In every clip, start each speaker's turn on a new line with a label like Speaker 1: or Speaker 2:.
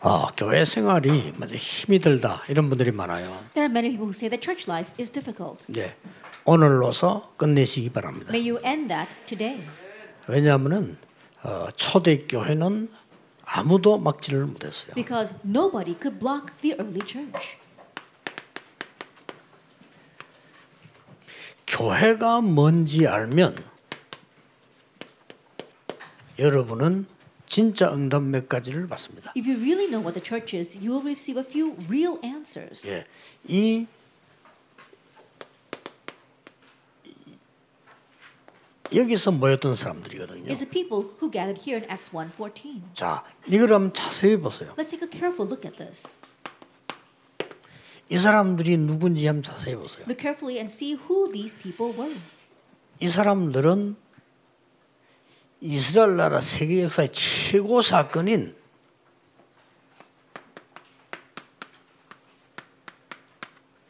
Speaker 1: 아, 교회 생활이 맞아 힘이 들다 이런 분들이 많아요.
Speaker 2: There are many people who say that church life is difficult.
Speaker 1: 예. 오늘로서 끝내시기 바랍니다.
Speaker 2: May you end that today.
Speaker 1: 왜냐하면은 어, 초대 교회는 아무도 막지를 못했어요.
Speaker 2: Because nobody could block the early church.
Speaker 1: 교회가 뭔지 알면 여러분은 진짜 응답 몇 가지를 받습니다.
Speaker 2: If you really know what the church is, you will receive a few real answers.
Speaker 1: 예. 이 이- 여기서 모였던 사람들이거든요.
Speaker 2: Is the people who gathered here in Acts 1:14.
Speaker 1: 자, 이걸 한번 자세히 보세요.
Speaker 2: Let's take a careful look at this.
Speaker 1: 이 사람들이 누군지 한번 자세히 보세요.
Speaker 2: Look carefully and see who these people were.
Speaker 1: 이 사람들은 이스라엘 나라 세계 역사의 최고 사건인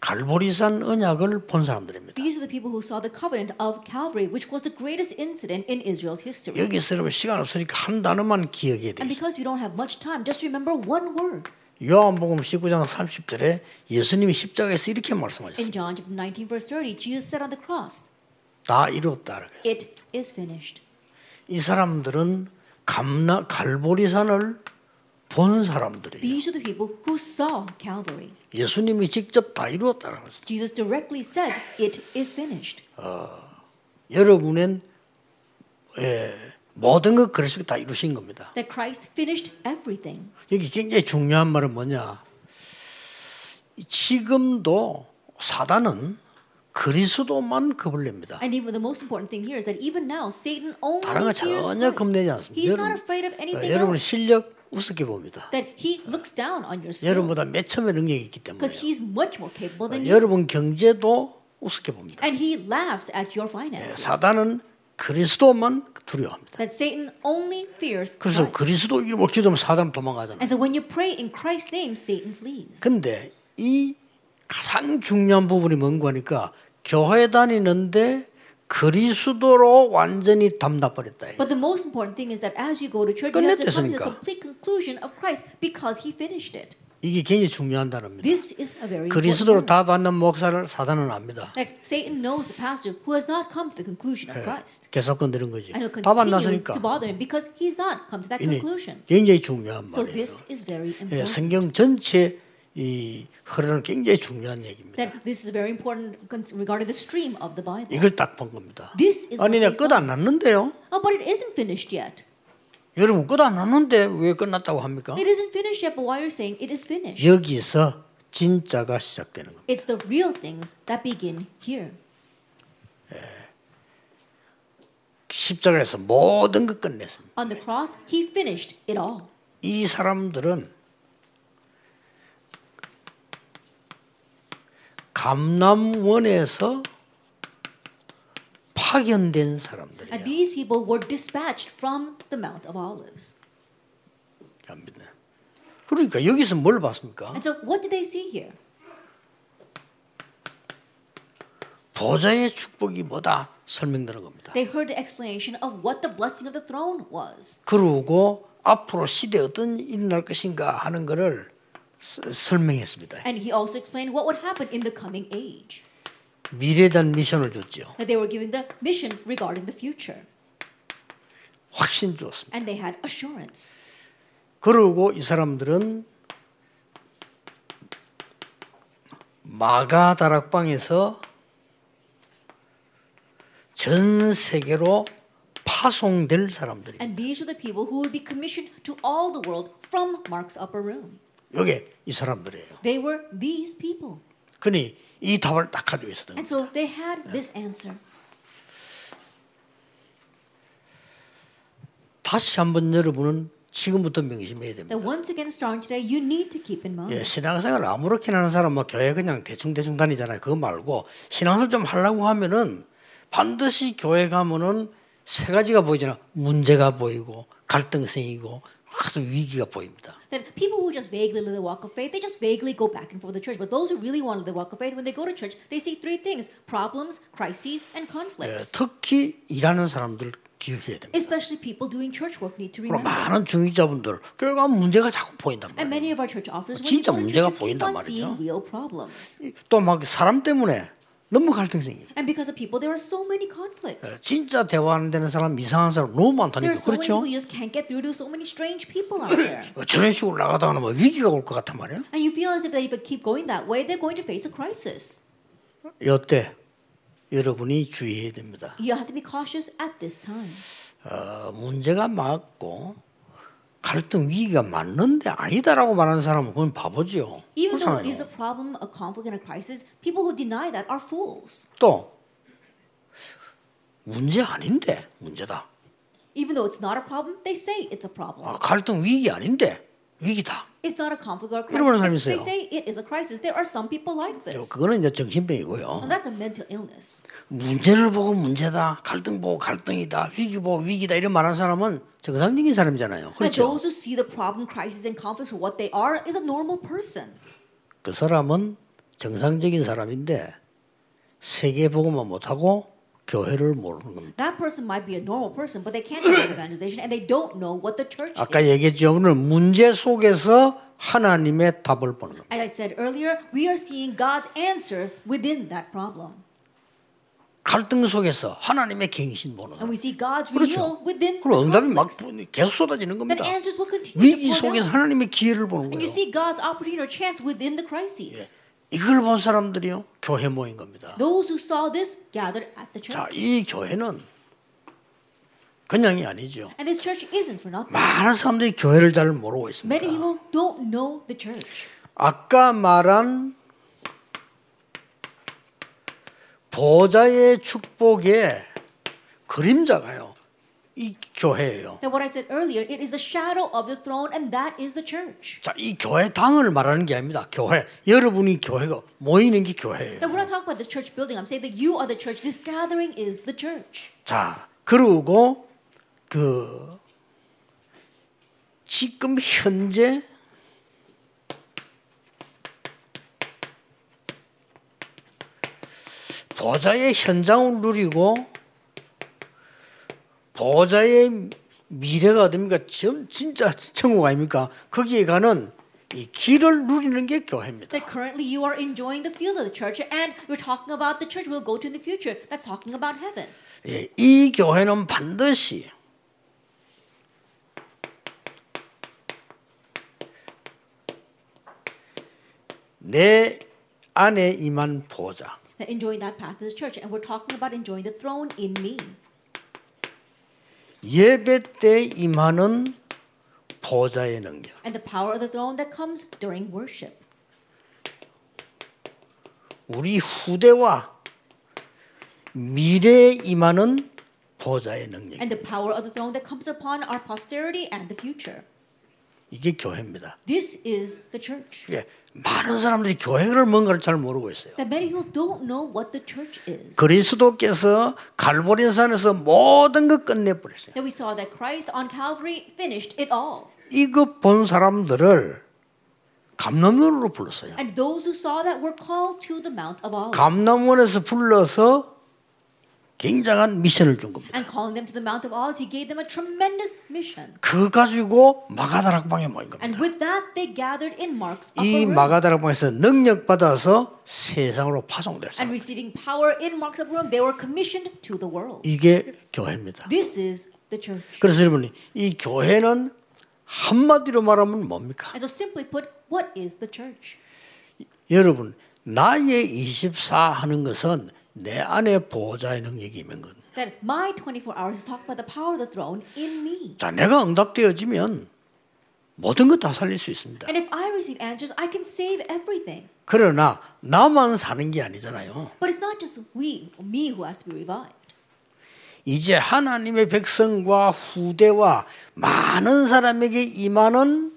Speaker 1: 갈보리산 언약을 본 사람들입니다.
Speaker 2: These are the people who saw the covenant of Calvary, which was the greatest incident in Israel's history.
Speaker 1: 여기 쓰려면 시간 없으니까 한 단어만 기억해야
Speaker 2: And
Speaker 1: 돼요.
Speaker 2: because we don't have much time, just remember one word.
Speaker 1: 요한복음 19장 30절에 예수님이 십자가에서 이렇게 말씀하셨어요.
Speaker 2: In John chapter 19, verse 30, Jesus said on the cross,
Speaker 1: 다 이뤘다. 그래요.
Speaker 2: It is finished.
Speaker 1: 이 사람들은 감나 갈보리산을 본 사람들이에요.
Speaker 2: These are the people who saw Calvary.
Speaker 1: 예수님이 직접 다 이루었다는 것입니다.
Speaker 2: Jesus directly said, It is finished.
Speaker 1: 여러분은 예, 모든 것 그리스도 다 이루신 겁니다.
Speaker 2: That Christ finished everything.
Speaker 1: 여기 굉장히 중요한 말은 뭐냐? 지금도 사단은 그리스도만 겁을 냅니다.
Speaker 2: And even the most important thing here is that even now, Satan only
Speaker 1: 다른 거
Speaker 2: fears
Speaker 1: 전혀 겁내지
Speaker 2: Christ. He's
Speaker 1: 않습니다.
Speaker 2: not afraid of
Speaker 1: 여러분,
Speaker 2: anything
Speaker 1: 여러분
Speaker 2: else.
Speaker 1: 실력 우습게 봅니다.
Speaker 2: That he looks down on your skill.
Speaker 1: 여러분보다 몇 첨의 능력이 있기 때문에
Speaker 2: Because he's much more capable than you.
Speaker 1: 여러분 경제도 우습게 봅니다.
Speaker 2: And he laughs at your finances.
Speaker 1: 사단은 그리스도만 두려워합니다.
Speaker 2: That Satan only fears
Speaker 1: 그래서
Speaker 2: Christ.
Speaker 1: 그리스도 이름으로 기도하면 사단 도망가잖아요.
Speaker 2: And so when you pray in Christ's name, Satan flees.
Speaker 1: 근데 이 가장 중요한 부분이 뭔가 하니까 교회 다니는데 그리스도로 완전히 담나버렸다.
Speaker 2: But the most important thing is that as you go to church, you have to come to the
Speaker 1: 끝냈댔으니까.
Speaker 2: complete conclusion of Christ because He finished it.
Speaker 1: 이게 굉장히 중요한 단어입니다.
Speaker 2: This is a very
Speaker 1: 그리스도로
Speaker 2: important word.
Speaker 1: 다 받는 목사를 사단은 압니다.
Speaker 2: Like Satan knows the pastor who has not come to the conclusion of Christ.
Speaker 1: 계속 건드는 거지.
Speaker 2: And he'll
Speaker 1: 다
Speaker 2: 그러니까 continue
Speaker 1: 만났으니까.
Speaker 2: to bother him because he's not come to that
Speaker 1: 이게
Speaker 2: conclusion.
Speaker 1: 굉장히 중요한
Speaker 2: So
Speaker 1: 말이에요.
Speaker 2: this is very
Speaker 1: 예,
Speaker 2: important.
Speaker 1: 성경 전체 이 흐르는 굉장히 중요한 얘기입니다.
Speaker 2: That this is very important con- regarding the stream of the Bible.
Speaker 1: 이걸 딱 본 겁니다.
Speaker 2: This is
Speaker 1: 아니
Speaker 2: what
Speaker 1: 내가
Speaker 2: they
Speaker 1: 끝 안 났는데요.
Speaker 2: Oh, but it isn't finished yet.
Speaker 1: 여러분 끝 안 났는데 왜 끝났다고 합니까?
Speaker 2: It isn't finished yet, but why you're saying it is finished?
Speaker 1: 여기서 진짜가 시작되는 겁니다.
Speaker 2: It's the real things that begin here.
Speaker 1: 십자가에서 모든 것 끝냈습니다.
Speaker 2: On the cross, He finished it all.
Speaker 1: 이 사람들은 감남원에서 파견된
Speaker 2: And
Speaker 1: 사람들이에요.
Speaker 2: these people were dispatched from the Mount of Olives.
Speaker 1: 갑니다. 그러니까 여기서 뭘 봤습니까?
Speaker 2: And so, what did they see here?
Speaker 1: 보좌의 축복이 뭐다 설명되는 겁니다.
Speaker 2: They heard the explanation of what the blessing of the throne was.
Speaker 1: 그러고 앞으로 시대에 어떤 일이 날 것인가 하는 것을 스- 설명했습니다.
Speaker 2: And he also explained what would happen in the coming age.
Speaker 1: 미래에 대한 미션을 줬죠.
Speaker 2: That they were given the mission regarding the future.
Speaker 1: 확신 주었습니다.
Speaker 2: And they had assurance.
Speaker 1: 그러고 이 사람들은 마가 다락방에서 전 세계로 파송될 사람들이
Speaker 2: And these were the people who would be commissioned to all the world from Mark's upper room.
Speaker 1: 이게 이 사람들이에요.
Speaker 2: They were these people.
Speaker 1: 그니 이 답을 딱 가지고 있었던
Speaker 2: And
Speaker 1: 거예요.
Speaker 2: so they had this answer.
Speaker 1: 다시 한번 여러분은 지금부터 명심해야 됩니다.
Speaker 2: That once again, starting today, you need to keep in mind.
Speaker 1: 예, 신앙생활 아무렇게나 하는 사람 뭐 교회 그냥 대충 대충 다니잖아요. 그거 말고 신앙생활 좀 하려고 하면은 반드시 교회 가면은 세 가지가 보이잖아. 문제가 보이고 갈등생이고 아주 위기가 보입니다.
Speaker 2: That people who just vaguely live the walk of faith, they just vaguely go back and forth the church. But those who really want to live the walk of faith, when they go to church, they see three things problems, crises, and
Speaker 1: 예,
Speaker 2: conflicts.
Speaker 1: 특히 일하는 사람들 기억해야 됩니다.
Speaker 2: Especially people doing church work need to
Speaker 1: 그리고
Speaker 2: remember.
Speaker 1: 많은 중직자분들 교회 가면 문제가 자꾸 보인단
Speaker 2: And
Speaker 1: 말이에요.
Speaker 2: many of our church officers, when you
Speaker 1: 진짜
Speaker 2: go to church,
Speaker 1: 문제가
Speaker 2: you keep
Speaker 1: 보인단
Speaker 2: on seeing
Speaker 1: 말이죠.
Speaker 2: real problems.
Speaker 1: 또 막 사람 때문에 너무 갈등생겨요. 예,
Speaker 2: And because of people, there are so many conflicts.
Speaker 1: 진짜 대화 안 되는 사람 이상한 사람 너무
Speaker 2: There
Speaker 1: 많다니까
Speaker 2: are so many
Speaker 1: 그렇죠?
Speaker 2: people you just can't get through to, so many strange people out there.
Speaker 1: 어, 저런 식으로 나가다가는 뭐 위기가 올 것 같단 말이에요.
Speaker 2: And you feel as if they if they keep going that way, they're going to face a crisis.
Speaker 1: 이때 여러분이 주의해야 됩니다.
Speaker 2: You have to be cautious at this time.
Speaker 1: 어, 문제가 많고 갈등 위기가 맞는데 아니다라고 말하는 사람은 그건 바보지요.
Speaker 2: Even though it
Speaker 1: 그렇잖아요.
Speaker 2: is a problem, a conflict, and a crisis, people who deny that are fools.
Speaker 1: 또 문제 아닌데 문제다.
Speaker 2: Even though it's not a problem, they say it's a problem.
Speaker 1: 아, 갈등 위기 아닌데 위기다.
Speaker 2: It's not a conflict or a
Speaker 1: 이런 사람이
Speaker 2: crisis. They
Speaker 1: 있어요.
Speaker 2: say it is a crisis. There are some people like
Speaker 1: 저,
Speaker 2: this.
Speaker 1: 그거는 이제 정신병이고요.
Speaker 2: And that's a mental illness.
Speaker 1: 문제를 보고 문제다, 갈등 보고 갈등이다, 위기 보고 위기다 이런 말하는 사람은 정상적인 사람이잖아요.
Speaker 2: But
Speaker 1: 그렇죠?
Speaker 2: those who see the problem, crisis, and conflicts for what they are is a normal person.
Speaker 1: 그 사람은 정상적인 사람인데 세계 복음만 못하고 교회를 모르는 겁니다.
Speaker 2: That person might be a normal person, but they can't do evangelization and they don't know what the church is.
Speaker 1: 아까 얘기했죠. 오늘 문제 속에서 하나님의 답을 보는 겁니다.
Speaker 2: As I said earlier, we are seeing God's answer within that problem.
Speaker 1: 갈등 속에서 하나님의 갱신 보는
Speaker 2: And
Speaker 1: 겁니다.
Speaker 2: we see God's
Speaker 1: 그렇죠.
Speaker 2: renewal within
Speaker 1: 그리고
Speaker 2: the
Speaker 1: 응답이 막
Speaker 2: conflicts.
Speaker 1: 계속 쏟아지는
Speaker 2: Then
Speaker 1: 겁니다.
Speaker 2: answers will continue
Speaker 1: 위기
Speaker 2: to pour
Speaker 1: 속에서
Speaker 2: down.
Speaker 1: 하나님의 기회를 보는
Speaker 2: And you
Speaker 1: 거예요.
Speaker 2: see God's opportunity or chance within the crises.
Speaker 1: 이걸 본 사람들이요 교회 모인 겁니다.
Speaker 2: Those who saw this gathered at the church.
Speaker 1: 자, 이 교회는 그냥이 아니죠.
Speaker 2: And this church isn't for nothing.
Speaker 1: 많은 사람들이 교회를 잘 모르고
Speaker 2: Many
Speaker 1: 있습니다.
Speaker 2: people don't know the church.
Speaker 1: 아까 말한 보좌의 축복의 그림자가요. 이 교회예요.
Speaker 2: That what I said earlier, it is the shadow of the throne, and that is the church.
Speaker 1: 자, 이 교회 당을 말하는 게 아닙니다. 교회. 여러분이 교회가 모이는 게 교회예요.
Speaker 2: That we're not talking about this church building. I'm saying that you are the church. This gathering is the church.
Speaker 1: 자, 그리고 그 지금 현재 보좌의 현장을 누리고 보좌의 미래가 됩니까? 점- 진짜 천국 아닙니까? 거기에 가는 이 길을 누리는 게 교회입니다.
Speaker 2: That currently you are enjoying the field of the church, and we're talking about the church we'll go to in the future. That's talking about heaven.
Speaker 1: 예, 이 교회는 반드시 내 안에 임한 보좌.
Speaker 2: That enjoying that path is church, and we're talking about enjoying the throne in me.
Speaker 1: 예배 때 임하는 보좌의 능력.
Speaker 2: And the power of the throne that comes during worship.
Speaker 1: 우리 후대와 미래에 임하는 보좌의 능력.
Speaker 2: And the power of the throne that comes upon our posterity and the future.
Speaker 1: 이게 교회입니다.
Speaker 2: This is the church.
Speaker 1: 예, 많은 사람들이 교회를 뭔가를 잘 모르고 있어요.
Speaker 2: That many people don't know what the church is.
Speaker 1: 그리스도께서 갈보린산에서 모든 것 끝내버렸어요.
Speaker 2: That we saw that Christ on Calvary finished it all.
Speaker 1: 이것 본 사람들을 감남원으로 불렀어요.
Speaker 2: And those who saw that were called to the Mount of
Speaker 1: 뭐.
Speaker 2: Olives.
Speaker 1: 감남원에서 불러서 굉장한 미션을 준 겁니다.
Speaker 2: And calling them to the Mount of Olives, he gave them a tremendous mission.
Speaker 1: 그 가지고 마가다락방에 모인 겁니다. 뭐,
Speaker 2: And with that, they gathered in Mark's upper
Speaker 1: 이
Speaker 2: room.
Speaker 1: 마가다락방에서 능력 받아서 세상으로 파송될
Speaker 2: And
Speaker 1: 사람.
Speaker 2: receiving power in Mark's upper room, they were commissioned to the world.
Speaker 1: 이게 교회입니다.
Speaker 2: This is the church.
Speaker 1: 그래서 여러분 이 교회는 한마디로 말하면 뭡니까?
Speaker 2: And so, simply put, what is the church?
Speaker 1: 여러분 나의 24 하는 것은 내 안에 보호자의 능력이 있는 것.
Speaker 2: That my 24 hours is talking about the power of the throne in me.
Speaker 1: 자, 내가 응답되어지면 모든 것 다 살릴 수 있습니다.
Speaker 2: And if I receive answers, I can save everything.
Speaker 1: 그러나 나만 사는 게 아니잖아요.
Speaker 2: But it's not just we, me who has to be revived.
Speaker 1: 이제 하나님의 백성과 후대와 많은 사람에게 임하는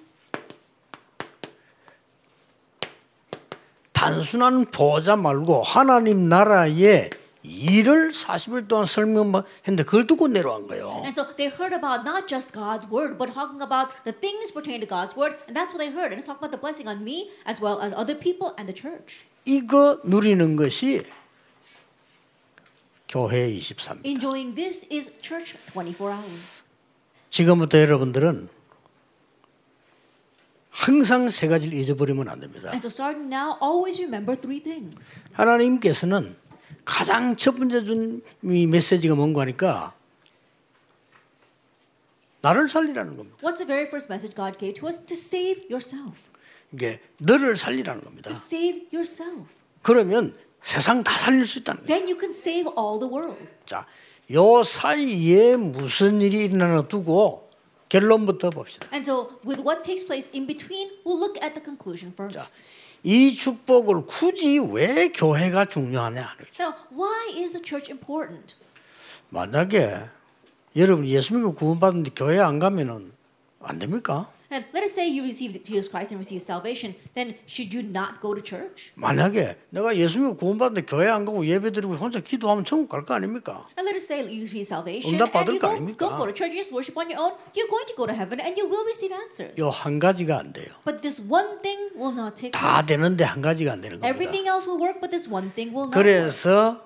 Speaker 1: 단순한 보호자 말고 하나님 나라의 일을 40일 동안 설명했는데 그걸 듣고 내려온 거예요.
Speaker 2: And so they heard about not just God's word, but talking about the things pertaining to God's word. And that's what they heard. And it's talking about the blessing on me as well as other people and the church.
Speaker 1: 이거 누리는 것이 교회 23.
Speaker 2: Enjoying this is church 24 hours.
Speaker 1: 지금부터 여러분들은 항상 세 가지를 잊어버리면 안 됩니다.
Speaker 2: And so starting now, always remember three things.
Speaker 1: 하나님께서는 가장 첫 번째 준이 메시지가 뭔가 하니까 나를 살리라는 겁니다.
Speaker 2: What's the very first message God gave to us? To save yourself.
Speaker 1: 이게 너를 살리라는 겁니다.
Speaker 2: To save yourself.
Speaker 1: 그러면 세상 다 살릴 수 있다는 거예요.
Speaker 2: Then you can save all the world.
Speaker 1: 자, 요 사이에 무슨 일이 일어나나 두고 결론부터 봅시다.
Speaker 2: And so, with what takes place in between, we'll look at the conclusion first.
Speaker 1: 이 축복을 굳이 왜 교회가 중요하냐?
Speaker 2: Now, why is the church important?
Speaker 1: 만약에 여러분 예수 믿고 구원받는데 교회 안 가면은 안 됩니까?
Speaker 2: And let us say you received Jesus Christ and received salvation, then should you not go to church?
Speaker 1: 만약에 내가 예수 믿고 구원받는데 교회 안 가고 예배드리고 혼자 기도하면 천국 갈 거 아닙니까?
Speaker 2: And let us say you receive salvation
Speaker 1: 응답
Speaker 2: and
Speaker 1: 받을
Speaker 2: you
Speaker 1: 거
Speaker 2: go,
Speaker 1: 아닙니까?
Speaker 2: don't go to church, you just worship on your own. You're going to go to heaven and you will receive answers.
Speaker 1: 요 한 가지가 안 돼요.
Speaker 2: But this one thing will not take
Speaker 1: 다
Speaker 2: place.
Speaker 1: 되는데 한 가지가 안 되는 겁니다.
Speaker 2: Everything else will work, but this one thing will not work.
Speaker 1: 그래서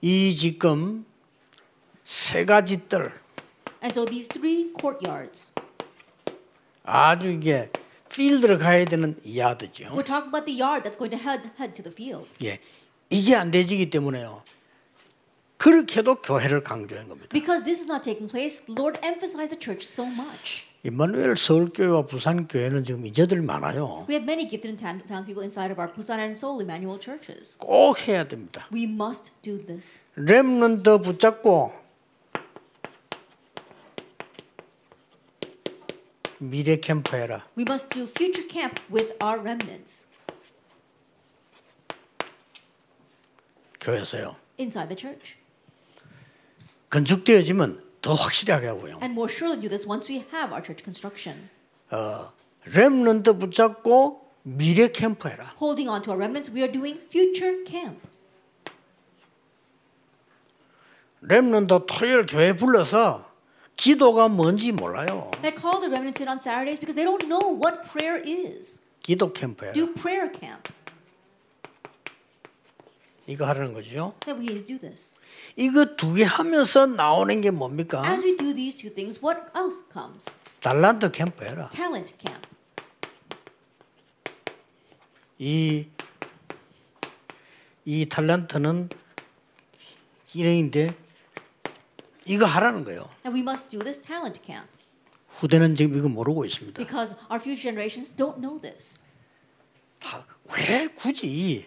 Speaker 1: 이 지금 세 가지 뜰
Speaker 2: And so these three courtyards,
Speaker 1: 아주 이게 필드를 가야 되는 야드죠.
Speaker 2: we're talking about the yard that's going to head head to the field.
Speaker 1: 예, 이게 안 되지기 때문에요. 그렇게도 교회를 강조한 겁니다.
Speaker 2: Because this is not taking place, Lord emphasized the church so much.
Speaker 1: 임마누엘 서울교회와 부산교회는 지금 이제들 많아요.
Speaker 2: We have many gifted and talented talented people inside of our Busan and Seoul Emmanuel churches.
Speaker 1: 꼭 해야 됩니다.
Speaker 2: We must do this.
Speaker 1: 렘넌트 붙잡고 미래 캠프 해라.
Speaker 2: We must do future camp with our remnants
Speaker 1: 교회에서요.
Speaker 2: inside the church.
Speaker 1: 건축되어지면 더 확실하게 하고요.
Speaker 2: And more surely do this once we have our church construction.
Speaker 1: 렘넌트 붙잡고 미래 캠프 해라.
Speaker 2: Holding on to our remnants, we are doing future camp.
Speaker 1: 렘넌트 토요일 교회 불러서 기도가 뭔지 몰라요.
Speaker 2: They call the remnants in on Saturdays because they don't know what prayer is.
Speaker 1: 기도 캠프 해라.
Speaker 2: Do prayer camp.
Speaker 1: 이거 하라는 거죠.
Speaker 2: Then we need to do this.
Speaker 1: 이거 두 개 하면서 나오는 게 뭡니까?
Speaker 2: As we do these two things, what else comes?
Speaker 1: 달란트 캠프 해라.
Speaker 2: Talent camp.
Speaker 1: 이, 이 달란트는 일행인데 이거 하라는 거예요.
Speaker 2: And we must do this talent camp
Speaker 1: 후대는 지금 이거 모르고 있습니다.
Speaker 2: because our future generations don't know this.
Speaker 1: 다, 왜 굳이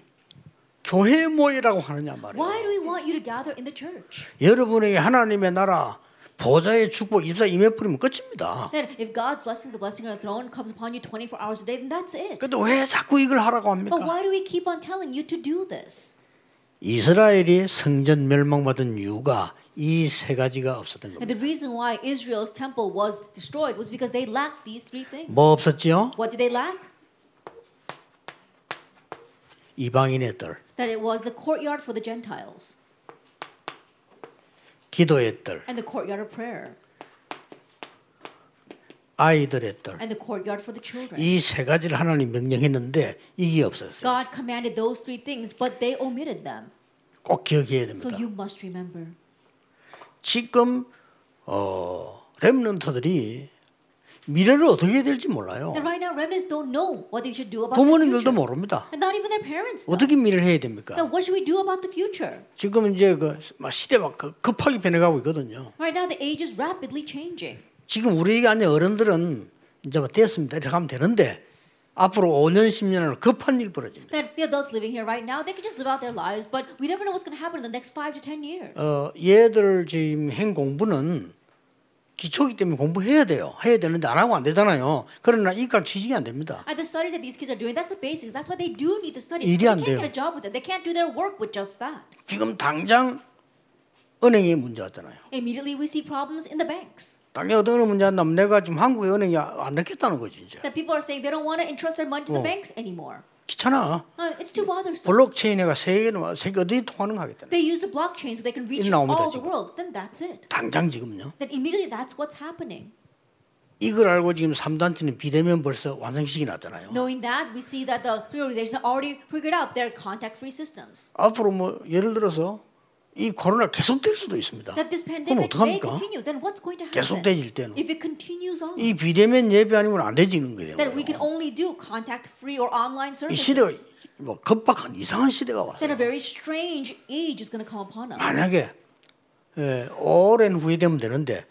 Speaker 1: 교회 모이라고 하느냐 말이에요.
Speaker 2: Why do we want you to gather in the church?
Speaker 1: 여러분에게 하나님의 나라 보좌의 축복 입사 임해버리면 끝입니다.
Speaker 2: Then, if God's blessing, the blessing on the throne, comes upon you 24 hours a day, then that's it.
Speaker 1: 근데 왜 자꾸 이걸 하라고
Speaker 2: But
Speaker 1: 합니까?
Speaker 2: why do we keep on telling you to do this?
Speaker 1: 이스라엘이 성전 멸망받은 이유가 이 세 가지가 없었던
Speaker 2: And
Speaker 1: 겁니다.
Speaker 2: the reason why Israel's temple was destroyed was because they lacked these three things.
Speaker 1: 뭐 없었지요?
Speaker 2: What did they lack?
Speaker 1: 이방인의 뜰,
Speaker 2: That it was the courtyard for the Gentiles
Speaker 1: 기도의 뜰,
Speaker 2: and the courtyard of prayer
Speaker 1: 아이들의 뜰.
Speaker 2: and the courtyard for the children.
Speaker 1: 이 세 가지를 하나님 명령했는데 이게 없었어요.
Speaker 2: God commanded those three things, but they omitted them.
Speaker 1: 꼭 기억해야
Speaker 2: So
Speaker 1: 됩니다.
Speaker 2: you must remember.
Speaker 1: 지금 어, 렘넌트들이 미래를 어떻게 해야 될지 몰라요.
Speaker 2: And right now, remnants don't know what they should do about the
Speaker 1: 부모님들도
Speaker 2: future.
Speaker 1: 모릅니다.
Speaker 2: And not even their parents know.
Speaker 1: 어떻게 미래를 해야
Speaker 2: Now,
Speaker 1: 됩니까?
Speaker 2: what should we do about the future?
Speaker 1: 지금 이제 그 막 시대가 급- 급하게 변해가고 있거든요.
Speaker 2: Right now, the age is rapidly changing.
Speaker 1: 지금 우리 안에 어른들은 이제 뭐 됐습니다. 이렇게 하면 되는데 앞으로 5년, 10년을 급한 일 벌어집니다.
Speaker 2: That the adults living here right now, they can just live out their lives, but we never know what's going to happen in the next five to ten years.
Speaker 1: 어, 얘들 지금 행 공부는 기초기 때문에 공부해야 돼요. 해야 되는데 안 하고 안 되잖아요. 그러나 이과 취직이 안 됩니다.
Speaker 2: and the studies that these kids are doing, that's the basics. That's why they do need the studies.
Speaker 1: 일이
Speaker 2: They
Speaker 1: 안
Speaker 2: can't
Speaker 1: 돼요.
Speaker 2: get a job with it. They can't do their work with just that.
Speaker 1: 지금 당장 은행에 문제 왔잖아요.
Speaker 2: Immediately, we see problems in the banks.
Speaker 1: 당장 어떤 문제 왔냐면 내가 지금 한국에 은행에 안 넣겠다는 거지 이제.
Speaker 2: That people are saying they don't want to entrust their money to the
Speaker 1: 어.
Speaker 2: banks anymore.
Speaker 1: 귀찮아.
Speaker 2: Uh, it's too bothersome.
Speaker 1: 블록체인에가 세계는 세계 어디 통하는 거 하겠다.
Speaker 2: They use the blockchain so they can reach
Speaker 1: 일 나옵니다,
Speaker 2: all the
Speaker 1: 지금.
Speaker 2: world. Then that's it.
Speaker 1: 당장 지금요.
Speaker 2: Then immediately, that's what's happening.
Speaker 1: 이걸 알고 지금 3단체는 비대면 벌써 완성식이 났잖아요.
Speaker 2: Knowing that, we see that the three organizations already figured out their contact-free systems.
Speaker 1: 앞으로 뭐 예를 들어서 이 코로나 계속될 수도 있습니다.
Speaker 2: That this
Speaker 1: 그럼
Speaker 2: pandemic may
Speaker 1: 어떡합니까?
Speaker 2: continue, then what's going to happen?
Speaker 1: 계속되질 때는
Speaker 2: If it continues on,
Speaker 1: 이 비대면 예배 아니면 안 되지는 거예요.
Speaker 2: then we can only do contact-free or online
Speaker 1: 이 시대가
Speaker 2: services.
Speaker 1: 뭐 급박한 이상한 시대가 왔어요.
Speaker 2: Then a very strange age is going to come upon us.
Speaker 1: 만약에 예, 오랜 후에 되면 되는데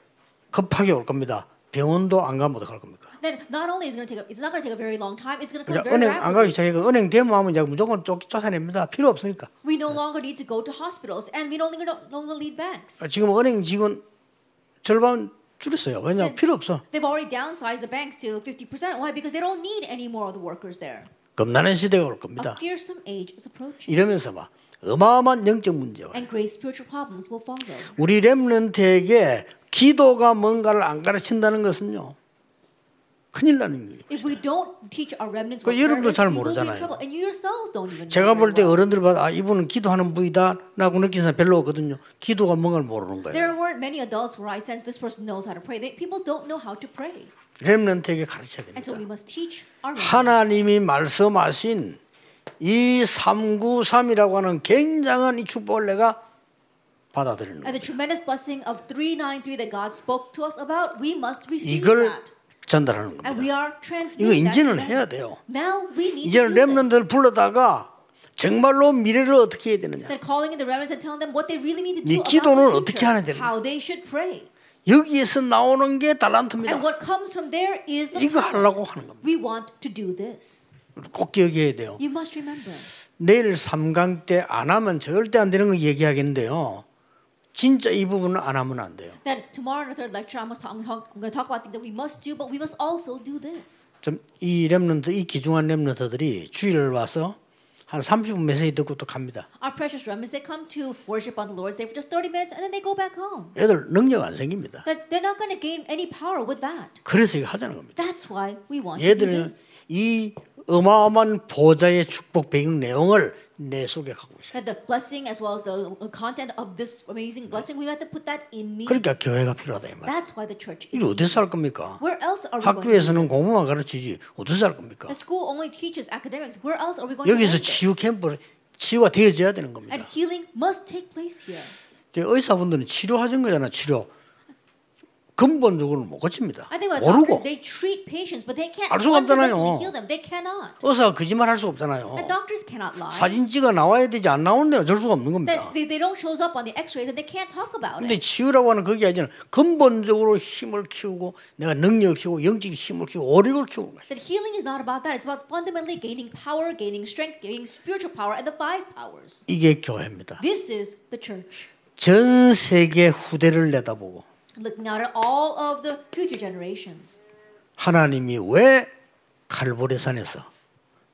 Speaker 1: 급하게 올 겁니다. 병원도 안 가면 어떡할 겁니까?
Speaker 2: Then not only is going to take, a, it's not going to take a very long time. It's going to
Speaker 1: 그냥
Speaker 2: come very
Speaker 1: 은행 안 가기
Speaker 2: rapidly.
Speaker 1: 시작해서 그 은행 대모하면 이제 무조건 쫓, 쫓아냅니다. 필요 없으니까.
Speaker 2: We no longer need to go to hospitals, and we no longer no longer need banks.
Speaker 1: 지금 은행 직원 절반 줄였어요. 왜냐 면 필요 없어.
Speaker 2: They've already downsized the banks to 50%. Why? Because they don't need any more of the workers there.
Speaker 1: 겁나는 시대가 올
Speaker 2: A
Speaker 1: 겁니다.
Speaker 2: fearsome age is approaching,
Speaker 1: 이러면서 막 어마어마한 영적 문제와
Speaker 2: and great spiritual problems will follow.
Speaker 1: 우리 렘넌트에게 기도가 뭔가를 안 가르친다는 것은요 큰일 나는 거예요.
Speaker 2: If we don't teach our remnants,
Speaker 1: 그
Speaker 2: what prayer
Speaker 1: 여러분도
Speaker 2: is,
Speaker 1: 잘
Speaker 2: we will be in
Speaker 1: 모르잖아요.
Speaker 2: trouble, and you yourselves don't even. know
Speaker 1: 제가 볼
Speaker 2: very
Speaker 1: 때
Speaker 2: well.
Speaker 1: 어른들 봐도 아 이분은 기도하는 부이다라고 느낀 사람 별로 없거든요. 기도가 뭔가를 모르는 거예요.
Speaker 2: There weren't many adults where I sense this person knows how to pray. They, people don't know how to pray,
Speaker 1: 렘넌트에게 가르쳐야
Speaker 2: and so
Speaker 1: 됩니다.
Speaker 2: we must teach our. remnants.
Speaker 1: 하나님이 말씀하신 이 393이라고 하는 굉장한 이 축복을 내가 받아들이는
Speaker 2: And
Speaker 1: 거예요.
Speaker 2: the tremendous blessing of 393 that God spoke to us about, we must receive
Speaker 1: 이걸
Speaker 2: that.
Speaker 1: 전달하는 겁니다.
Speaker 2: And we are
Speaker 1: 이거
Speaker 2: transmitting that to
Speaker 1: 인지는
Speaker 2: them.
Speaker 1: 해야 돼요.
Speaker 2: Now we need to
Speaker 1: 이제는
Speaker 2: do this.
Speaker 1: 렘넌트를 불러다가 정말로 미래를 어떻게 해야 되느냐.
Speaker 2: They're calling in the remnants and telling them what they really need to
Speaker 1: 네
Speaker 2: do
Speaker 1: 기도는
Speaker 2: about the
Speaker 1: 어떻게 하는
Speaker 2: future,
Speaker 1: 데는?
Speaker 2: how they should pray.
Speaker 1: 여기에서 나오는 게
Speaker 2: And
Speaker 1: 달란트입니다.
Speaker 2: what comes from there is the
Speaker 1: 이거
Speaker 2: talent.
Speaker 1: 하려고 하는 겁니다.
Speaker 2: We want to do this.
Speaker 1: 꼭 기억해야 돼요.
Speaker 2: You must remember.
Speaker 1: 내일 3강 때 안 하면 절대 안 되는 거 얘기하겠는데요. 진짜 이 부분은 안 하면 안 돼요.
Speaker 2: That tomorrow in the third lecture, I must talk, I'm going to talk about things that we must do, but we must also do this.
Speaker 1: 좀 이 렘런트, 이 기중한 렘런트들이 주일을 와서 한 30분 메시지 듣고 또 갑니다.
Speaker 2: Our precious remnants, they come to worship on the Lord's Day for just 30 minutes and then they go back home.
Speaker 1: 애들 능력 안 생깁니다.
Speaker 2: That they're not going to gain any power with that.
Speaker 1: 그래서 이거 하자는 겁니다.
Speaker 2: That's why we want to do
Speaker 1: 얘들은
Speaker 2: this.
Speaker 1: 이 어마어마한 보좌의 축복 배경 내용을 내 속에 갖고 있어요.
Speaker 2: That the blessing as well as the content of this amazing blessing, we have to put that in me.
Speaker 1: 그러니까 교회가 필요하다 이 말이에요.
Speaker 2: That's why the church is.
Speaker 1: 이거 어디서 할 겁니까?
Speaker 2: Where else are we going?
Speaker 1: 학교에서는 공부만 가르치지 어디서 할 겁니까?
Speaker 2: The school only teaches academics. Where else are we going?
Speaker 1: 여기서
Speaker 2: to learn this?
Speaker 1: 치유 캠프 치유가 되어져야 되는
Speaker 2: And
Speaker 1: 겁니다.
Speaker 2: healing must take place here.
Speaker 1: 이제 의사분들은 치료하신 거잖아 치료 근본적으로는 못 고칩니다.
Speaker 2: I think what doctors
Speaker 1: 모르고
Speaker 2: they treat patients, but they can't
Speaker 1: 알 수가 없잖아요.
Speaker 2: fundamentally heal them. They cannot.
Speaker 1: 의사가 거짓말 할 수 없잖아요.
Speaker 2: And doctors cannot lie.
Speaker 1: 사진 찍어 나와야 되지 안 나오는데 어쩔 수가 없는 겁니다.
Speaker 2: That they, they don't shows up on the X-rays and they can't talk about it.
Speaker 1: 근데 치유라고 하는 거기에 이제는 근본적으로 힘을 키우고 내가 능력을 키우고 영적인 힘을 키우고 오력을 키우는 거죠.
Speaker 2: That healing is not about that. It's about fundamentally gaining power, gaining strength, gaining spiritual power, and the five powers.
Speaker 1: 이게 교회입니다.
Speaker 2: This is the church.
Speaker 1: 전 세계 후대를 내다보고
Speaker 2: Looking out at all of the future generations.
Speaker 1: 하나님이 왜 갈보레산에서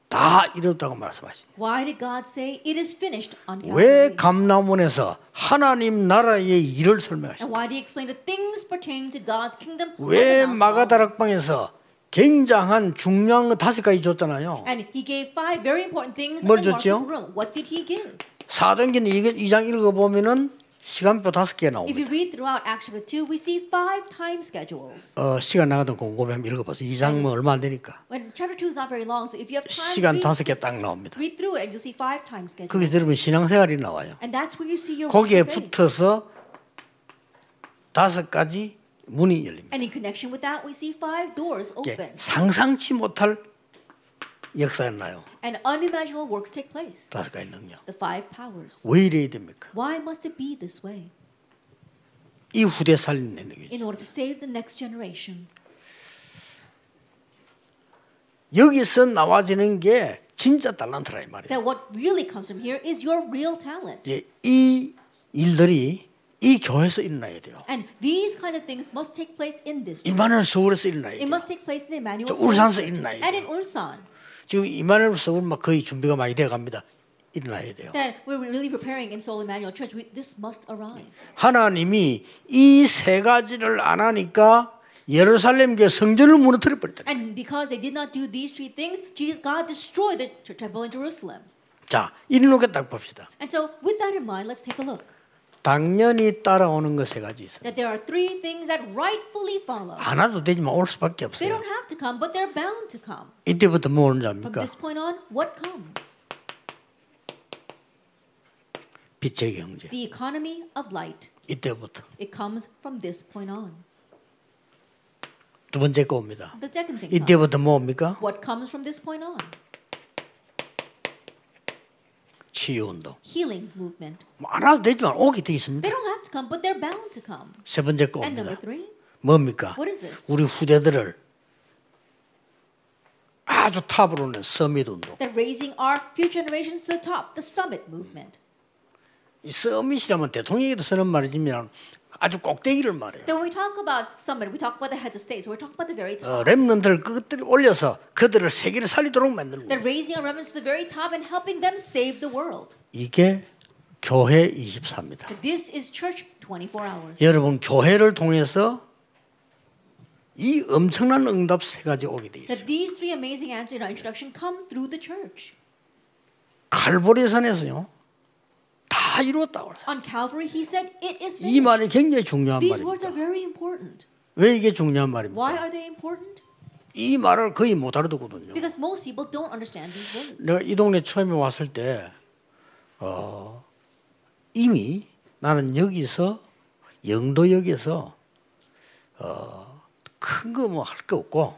Speaker 1: 다 이뤘다고 말씀하시냐.
Speaker 2: Why did God say it is finished on
Speaker 1: 왜
Speaker 2: Calvary?
Speaker 1: 감나원에서 하나님 나라의 일을 설명하시죠?
Speaker 2: And why do you explain the things pertaining to God's kingdom? on
Speaker 1: 왜
Speaker 2: the mountains?
Speaker 1: 마가다락방에서 굉장한 중요한 거 다섯 가지 줬잖아요.
Speaker 2: And he gave five very important things in
Speaker 1: 뭘
Speaker 2: the marshal
Speaker 1: 줬지요?
Speaker 2: room. What did he give?
Speaker 1: 사도행전 2장 읽어보면은 시간표 다섯 개
Speaker 2: If
Speaker 1: 나옵니다.
Speaker 2: you read throughout Acts chapter 2, we see five time schedules.
Speaker 1: 어, 시간 나가던 곰곰이 한번 읽어보세요. 2장 뭐 얼마 안 되니까
Speaker 2: When chapter 2 is not very long, so if you have time,
Speaker 1: 시간
Speaker 2: read,
Speaker 1: 다섯 개 딱 나옵니다.
Speaker 2: read through it and you'll see five time schedules.
Speaker 1: 거기서 들으면 신앙생활이 나와요.
Speaker 2: And that's where you see your
Speaker 1: 거기에
Speaker 2: faith.
Speaker 1: 붙어서 다섯 가지 문이 열립니다.
Speaker 2: And in connection with that, we see five doors
Speaker 1: 이게
Speaker 2: open
Speaker 1: 상상치 못할 역사였나요?
Speaker 2: and unimaginable works take place.
Speaker 1: 다섯 가지 능력.
Speaker 2: The five powers.
Speaker 1: 왜 이래야 됩니까?
Speaker 2: Why must it be this way?
Speaker 1: 이 후대 살리는 능력이죠.
Speaker 2: In order to save the next generation.
Speaker 1: 여기서 나와지는 게 진짜 달란트라 이 말이에요.
Speaker 2: That what really comes from here is your real talent.
Speaker 1: 이제 이 일들이 이 교회에서 일어나야 돼요.
Speaker 2: And these kind of things must take place in this
Speaker 1: 이만한 서울에서 일어나야
Speaker 2: It
Speaker 1: 돼요.
Speaker 2: must take place in Emmanuel.
Speaker 1: 저
Speaker 2: Seoul
Speaker 1: 울산에서 일어나야
Speaker 2: and in
Speaker 1: 돼요.
Speaker 2: Ulsan.
Speaker 1: 지금 이만한 서울 막 거의 준비가 많이 돼 갑니다. 일어나야 돼요.
Speaker 2: That we're really preparing in Seoul Emmanuel Church. We, this must arise.
Speaker 1: 하나님이 이 세 가지를 안 하니까 예루살렘 교회 성전을 무너뜨려 버렸다.
Speaker 2: And because they did not do these three things, Jesus God destroyed the t- temple in Jerusalem.
Speaker 1: 자, 이리놓게 딱 봅시다.
Speaker 2: And so, with that in mind, let's take a look.
Speaker 1: 당연히 따라오는 것 세 가지 있어요.
Speaker 2: that there are three things that rightfully follow.
Speaker 1: 안 와도 되지만 올 수밖에
Speaker 2: They
Speaker 1: 없어요.
Speaker 2: don't have to come, but they're bound to come.
Speaker 1: 이때부터 뭐 오는지
Speaker 2: From
Speaker 1: 압니까?
Speaker 2: this point on, what comes?
Speaker 1: 빛의 경제.
Speaker 2: The economy of light.
Speaker 1: 이때부터
Speaker 2: It comes from this point on.
Speaker 1: 두 번째 거 옵니다.
Speaker 2: The second thing comes.
Speaker 1: 이때부터 뭐 옵니까?
Speaker 2: What comes from this point on?
Speaker 1: 치유 운동.
Speaker 2: Healing movement.
Speaker 1: 뭐 안 와도 되지만 오게 돼 있습니다.
Speaker 2: They don't have to come, but they're bound to come.
Speaker 1: 세 번째 거
Speaker 2: And number
Speaker 1: 옵니다.
Speaker 2: three,
Speaker 1: 뭡니까?
Speaker 2: what is this?
Speaker 1: 우리 후대들을 아주 탑으로는 서밋 운동.
Speaker 2: That raising our future generations to the top, the summit movement.
Speaker 1: 이 서밋이라면 대통령에게도 쓰는 말이지만 아주 꼭대기를 말해요.
Speaker 2: Then when we talk about summit, we talk about the heads of states. We're talking about the very top.
Speaker 1: 어, 렘넌트를 그것들이 올려서 그들을 세계를 살리도록 만드는 거예요.
Speaker 2: That raising our remnants to the very top and helping them save the world.
Speaker 1: 이게 교회 24입니다.
Speaker 2: That This is church 24 hours.
Speaker 1: 여러분 교회를 통해서 이 엄청난 응답 세 가지 오게 돼 있어요.
Speaker 2: That these three amazing answers in our introduction come through the church.
Speaker 1: 갈보리산에서요 다 이루었다고 그래요.
Speaker 2: On Calvary, he said, It is
Speaker 1: 이
Speaker 2: finished.
Speaker 1: 말이 굉장히 중요한
Speaker 2: These words
Speaker 1: 말입니다.
Speaker 2: are very important.
Speaker 1: 왜 이게 중요한
Speaker 2: Why
Speaker 1: 말입니까?
Speaker 2: are they important?
Speaker 1: 이 말을 거의 못 알아듣거든요.
Speaker 2: Because most people don't understand these words.
Speaker 1: 내가 이 동네 처음에 왔을 때 어, 이미 나는 여기서 영도역에서 어, 큰 거 뭐 할 거 없고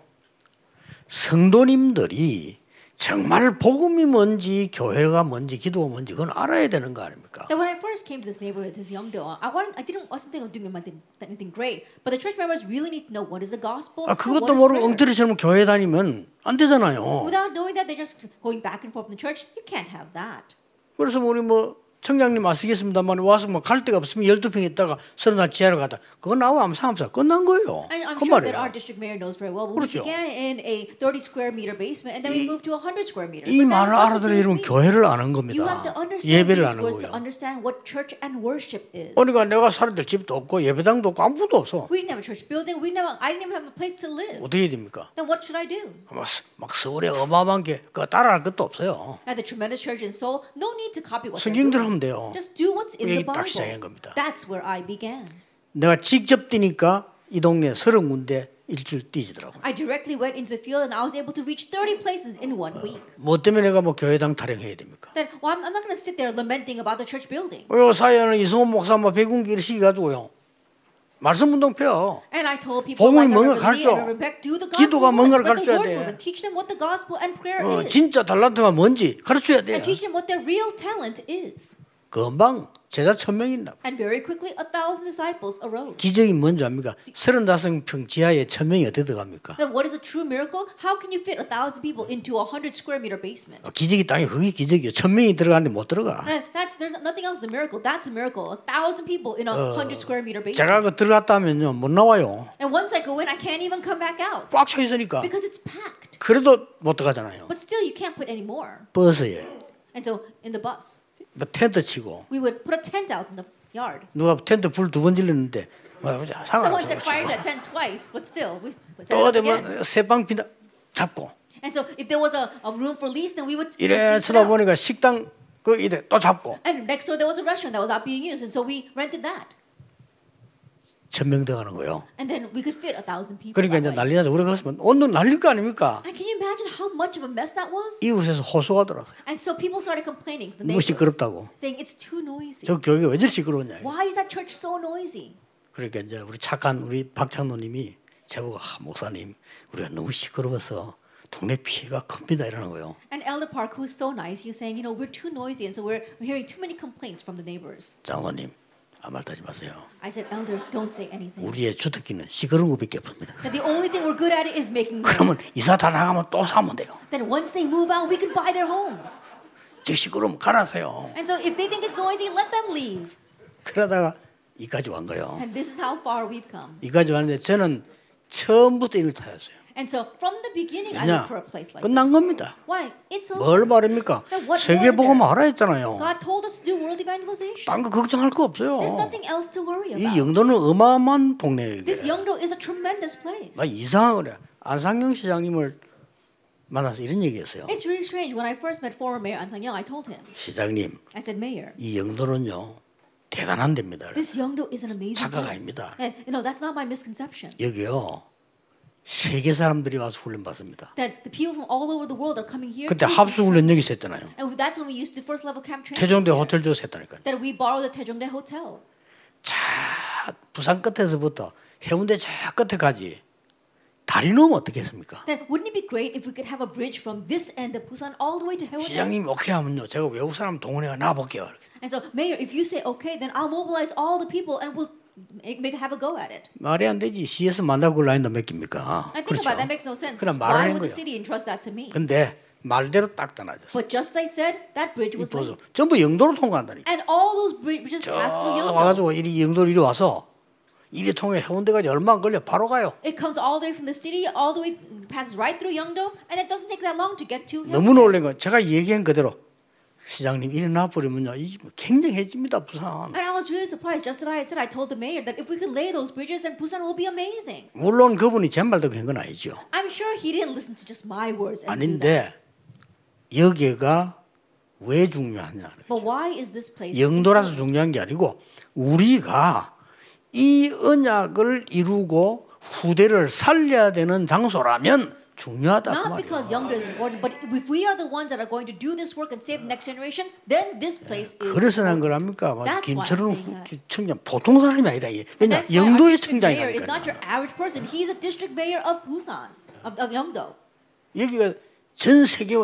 Speaker 1: 성도님들이 정말 복음이 뭔지 교회가 뭔지 기도가 뭔지 그건 알아야 되는 거 아닙니까?
Speaker 2: That when I first came to this neighborhood, this young girl, I wanted, I didn't wasn't thinking of doing anything, anything great. But the church members really need to know what is the gospel.
Speaker 1: 아,
Speaker 2: and
Speaker 1: 그것도
Speaker 2: what is
Speaker 1: 모르고
Speaker 2: prayer.
Speaker 1: 엉터리처럼 교회 다니면 안 되잖아요.
Speaker 2: Without knowing that, they're just going back and forth in the church. You can't have that.
Speaker 1: 그래서 뭐 우리 뭐 청장님 아시겠습니다만 와서 뭐 갈 데가 없으면 12평 있다가 서른 날 지하로 가다 그거 나와 암사 암사 끝난 거예요.
Speaker 2: And I'm
Speaker 1: 그
Speaker 2: sure
Speaker 1: 말이에요.
Speaker 2: that our district mayor knows very well. But we
Speaker 1: 그렇죠.
Speaker 2: began in a 30 square meter basement, and then we moved to a 100 square meter.
Speaker 1: 이
Speaker 2: But
Speaker 1: 말을
Speaker 2: that's not the
Speaker 1: 알아들으려면
Speaker 2: thing.
Speaker 1: 교회를 아는
Speaker 2: You have to
Speaker 1: 겁니다.
Speaker 2: understand
Speaker 1: 예배를
Speaker 2: these
Speaker 1: 아는
Speaker 2: words
Speaker 1: 거예요.
Speaker 2: to understand what church and worship is.
Speaker 1: 그러니까 내가 살아야 될 집도 없고 예배당도 없고 아무것도 없어.
Speaker 2: We didn't have a church building. We never. I didn't even have a place to live.
Speaker 1: 어떻게 해야 됩니까?
Speaker 2: Then what should I do?
Speaker 1: 막, 서- 막 서울에 어마어마한 게 그거 따라할 것도 없어요.
Speaker 2: At the tremendous church in Seoul, no need to copy what they're
Speaker 1: 성경대로
Speaker 2: doing.
Speaker 1: 하면 돼요.
Speaker 2: Just do what's in
Speaker 1: 여기
Speaker 2: the
Speaker 1: 딱 시작인
Speaker 2: Bible.
Speaker 1: 겁니다.
Speaker 2: That's where I began.
Speaker 1: 내가 직접 뛰니까 이 동네 서른 군데 일주일 뛰지더라고요.
Speaker 2: I directly went into the field and I was able to reach 30 places in
Speaker 1: Uh.
Speaker 2: one week.
Speaker 1: 뭐 때문에 내가 뭐 교회당 타령해야 됩니까?
Speaker 2: Then, well, I'm, I'm not going to sit there lamenting about the church building.
Speaker 1: 요 사연은 이승훈 목사 뭐 백운기를 시켜가지고요. 말씀 운동 펴요.
Speaker 2: And I told people,
Speaker 1: 복음이
Speaker 2: like
Speaker 1: 뭔가를
Speaker 2: Reverend Lee
Speaker 1: 가르쳐.
Speaker 2: and Reverend Beck, do the gospel
Speaker 1: 기도가
Speaker 2: movement,
Speaker 1: 뭔가를
Speaker 2: spread the
Speaker 1: 가르쳐야
Speaker 2: word
Speaker 1: 돼.
Speaker 2: movement. Teach them what the gospel and prayer
Speaker 1: 어,
Speaker 2: is.
Speaker 1: 진짜 달란트가 뭔지 가르쳐야 돼요.
Speaker 2: And teach them what their real talent is.
Speaker 1: 금방 제자 천 명이 있나.
Speaker 2: And very quickly, a thousand disciples arose.
Speaker 1: 기적이 뭔지 압니까? 35평 지하에 천 명이 어떻게 들어갑니까?
Speaker 2: Then what is a true miracle? How can you fit a thousand people into a hundred square meter basement?
Speaker 1: 어, 기적이 땅에 그게 기적이에요. 천 명이 들어가는데 못 들어가.
Speaker 2: That- That's there's nothing else is a miracle. That's a miracle. A thousand people in a hundred square meter basement.
Speaker 1: 제가 그 들어갔다 하면요 못 나와요.
Speaker 2: And once I go in, I can't even come back out
Speaker 1: 꽉 차 있으니까.
Speaker 2: because it's packed.
Speaker 1: 그래도 못 들어가잖아요.
Speaker 2: But still, you can't put any more.
Speaker 1: 버스에
Speaker 2: And so in the bus,
Speaker 1: 뭐 텐트 치고
Speaker 2: we would put a tent out in the yard.
Speaker 1: 누가 텐트 불 두 번 질렀는데 뭐, 보자,
Speaker 2: Someone
Speaker 1: 상관없어.
Speaker 2: said fire that tent twice, but still we set
Speaker 1: 또
Speaker 2: it up
Speaker 1: 어디
Speaker 2: again.
Speaker 1: 뭐 새빵 빈다 잡고
Speaker 2: And so if there was a, a room for lease, then we would.
Speaker 1: 이래
Speaker 2: lease it out.
Speaker 1: 쳐다보니까 식당 그 이래 또 잡고
Speaker 2: And next door there was a restaurant that was not being used, and so we rented that.
Speaker 1: 천명 들어가는 거요.
Speaker 2: And then we could fit a thousand people.
Speaker 1: 그러니까 이제
Speaker 2: that way.
Speaker 1: 난리 나서 우리가 갔으면 온도 날릴 거 아닙니까?
Speaker 2: And can you imagine how much of a mess that was?
Speaker 1: 이웃에서 호소하더라고요.
Speaker 2: And so people started complaining. to The
Speaker 1: 너무
Speaker 2: neighbors,
Speaker 1: 시끄럽다고.
Speaker 2: saying it's too noisy.
Speaker 1: 저 교회가 왜 저리 시끄러우냐.
Speaker 2: Why is that church so noisy?
Speaker 1: 그러니까 이제 우리 착한 우리 박창노님이 제보고 아, 목사님 우리가 너무 시끄러워서 동네 피해가 큽니다 이러는 거예요.
Speaker 2: And Elder Park, who's so nice, he was saying, you know, we're too noisy, and so we're, we're hearing too many complaints from the neighbors.
Speaker 1: 장모님 아무 말 따지 마세요.
Speaker 2: I said, Elder, don't say anything.
Speaker 1: 우리의 주특기는 시끄러운 것밖에 없습니다.
Speaker 2: That the only thing we're good at is making
Speaker 1: 그러면
Speaker 2: noise.
Speaker 1: 이사 다 나가면 또 사면 돼요.
Speaker 2: Then once they move out, we can buy their homes.
Speaker 1: 저 시끄러우면 가라세요.
Speaker 2: And so if they think it's noisy, let them leave.
Speaker 1: 그러다가 이까지 온 거예요.
Speaker 2: And this is how far we've come.
Speaker 1: 이까지 왔는데 저는 처음부터 이걸 타였어요.
Speaker 2: And so from the beginning, I
Speaker 1: 그냥
Speaker 2: looked for a place like
Speaker 1: 끝난
Speaker 2: this.
Speaker 1: 겁니다.
Speaker 2: Why? It's so
Speaker 1: 뭘 말입니까? 세계복음 알아 했잖아요.
Speaker 2: God told us to do world evangelization.
Speaker 1: 딴 거 걱정할 거 없어요.
Speaker 2: There's nothing else to worry
Speaker 1: 이
Speaker 2: about.
Speaker 1: 영도는 어마어마한 동네예요. 이게.
Speaker 2: This Yeongdo is a tremendous place.
Speaker 1: 막 이상하래. 안상경 시장님을 만나서 이런 얘기했어요.
Speaker 2: It's really strange. When I first met former Mayor An Sang Young, I told him,
Speaker 1: 시장님,
Speaker 2: I said, Mayor,
Speaker 1: 이 영도는요 대단한 데입니다.
Speaker 2: This Yeongdo is an amazing
Speaker 1: 착각
Speaker 2: place.
Speaker 1: 아닙니다.
Speaker 2: And, you know, that's not my misconception.
Speaker 1: 여기요 세계 사람들이 와서 훈련 받습니다.
Speaker 2: That the people from all over the world are coming here.
Speaker 1: 그때
Speaker 2: to-
Speaker 1: 합숙 훈련 여기서 했잖아요.
Speaker 2: And that's when we used the first level camp training.
Speaker 1: 태종대 호텔 주에서 했다니까요.
Speaker 2: That we borrowed the Taejongdae Hotel.
Speaker 1: 자 부산 끝에서부터 해운대 저 끝에까지 다리 넘으면 어떻겠습니까?
Speaker 2: Then wouldn't it be great if we could have a bridge from this end of Busan all the way to Haeundae?
Speaker 1: 시장님 오케이 하면요 제가 외국 사람 동원해 나 볼게요. 이렇게.
Speaker 2: And so, Mayor, if you say okay, then I'll mobilize all the people and we'll make, make have a go at it.
Speaker 1: 말이 안 되지. 시에서 만나고 그 라인도 몇 개입니까?
Speaker 2: I think
Speaker 1: 그렇죠.
Speaker 2: about 아, that makes no sense.
Speaker 1: 그럼
Speaker 2: Why
Speaker 1: 말하는
Speaker 2: would the
Speaker 1: 거예요.
Speaker 2: city entrust that to me?
Speaker 1: 근데 말대로 딱 떠나죠.
Speaker 2: But just as I said, that bridge was
Speaker 1: 보소.
Speaker 2: late.
Speaker 1: 전부 영도로 통과한다니까.
Speaker 2: And all those bridges passed through
Speaker 1: 저
Speaker 2: Yeongdo.
Speaker 1: 와가지고 이리 영도로 이리 와서 이리 통해 해운대까지 얼마 안 걸려 바로 가요.
Speaker 2: It comes all the way from the city, all the way passes right through Yeongdo, and it doesn't take that long to get to him.
Speaker 1: 너무 놀란 건 제가 얘기한 그대로 시장님 일어나 버리면요 이 굉장해집니다 부산.
Speaker 2: And I was really surprised. Just as I had said, I told the mayor that if we could lay those bridges, then Busan will be amazing.
Speaker 1: 물론 그분이 제 말도 한건 아니죠.
Speaker 2: I'm sure he didn't listen to just my words. And do
Speaker 1: 아닌데
Speaker 2: that.
Speaker 1: 여기가 왜 중요하냐.
Speaker 2: But why is this place?
Speaker 1: 영도라서 중요한 게 아니고 우리가 이 언약을 이루고 후대를 살려야 되는 장소라면 중요하다 그
Speaker 2: Not
Speaker 1: 말이에요.
Speaker 2: because Yeongdo is important, but if we are the ones that are going to do this work and save the next generation, then this place is.
Speaker 1: 그래서 난 거랍니까?
Speaker 2: That's
Speaker 1: 김철은
Speaker 2: why I'm saying that.
Speaker 1: 청장 보통 사람이 아니라 이게 왜냐
Speaker 2: That's why our
Speaker 1: 영도의
Speaker 2: district mayor is not
Speaker 1: 청장이라니까
Speaker 2: your average person. He's a district mayor of Busan, of, of Yeongdo.
Speaker 1: 여기가 전 세계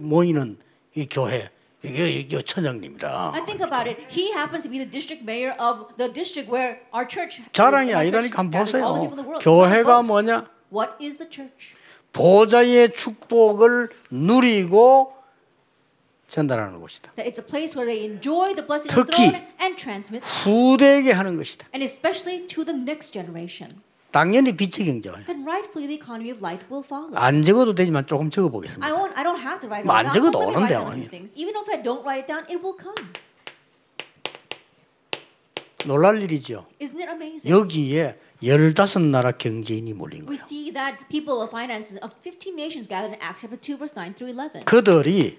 Speaker 1: 모이는 이 교회 이게 이게 천장님이라
Speaker 2: I think about it. He happens to be the district mayor of the district where our church.
Speaker 1: 자랑이
Speaker 2: our church
Speaker 1: 아니라니까 한번
Speaker 2: gathers all
Speaker 1: 보세요.
Speaker 2: the people in the world. It's not a
Speaker 1: 교회가
Speaker 2: boast.
Speaker 1: 뭐냐?
Speaker 2: What is the church?
Speaker 1: 보좌의 축복을 누리고 전달하는 곳이다.
Speaker 2: That it's a place where they enjoy the blessing of the
Speaker 1: 특히
Speaker 2: throne and transmit,
Speaker 1: 후대에게 하는 것이다.
Speaker 2: and especially to the next generation.
Speaker 1: 당연히 빛의 경제예요.
Speaker 2: Then rightfully the economy of light will follow.
Speaker 1: 안 적어도 되지만 조금
Speaker 2: I
Speaker 1: 적어보겠습니다.
Speaker 2: won't. I don't have to write it
Speaker 1: 뭐안
Speaker 2: down.
Speaker 1: 적어도
Speaker 2: I'm gonna
Speaker 1: 오는데,
Speaker 2: write down a
Speaker 1: 어머니.
Speaker 2: few things. Even if I don't write it down, it will come.
Speaker 1: 놀랄 일이죠.
Speaker 2: Isn't it amazing?
Speaker 1: 여기에 15나라 경제인이 몰린
Speaker 2: We
Speaker 1: 거예요.
Speaker 2: see that people of finances of 15 nations gathered in Acts chapter 2 verse 9 through 11.
Speaker 1: 그들이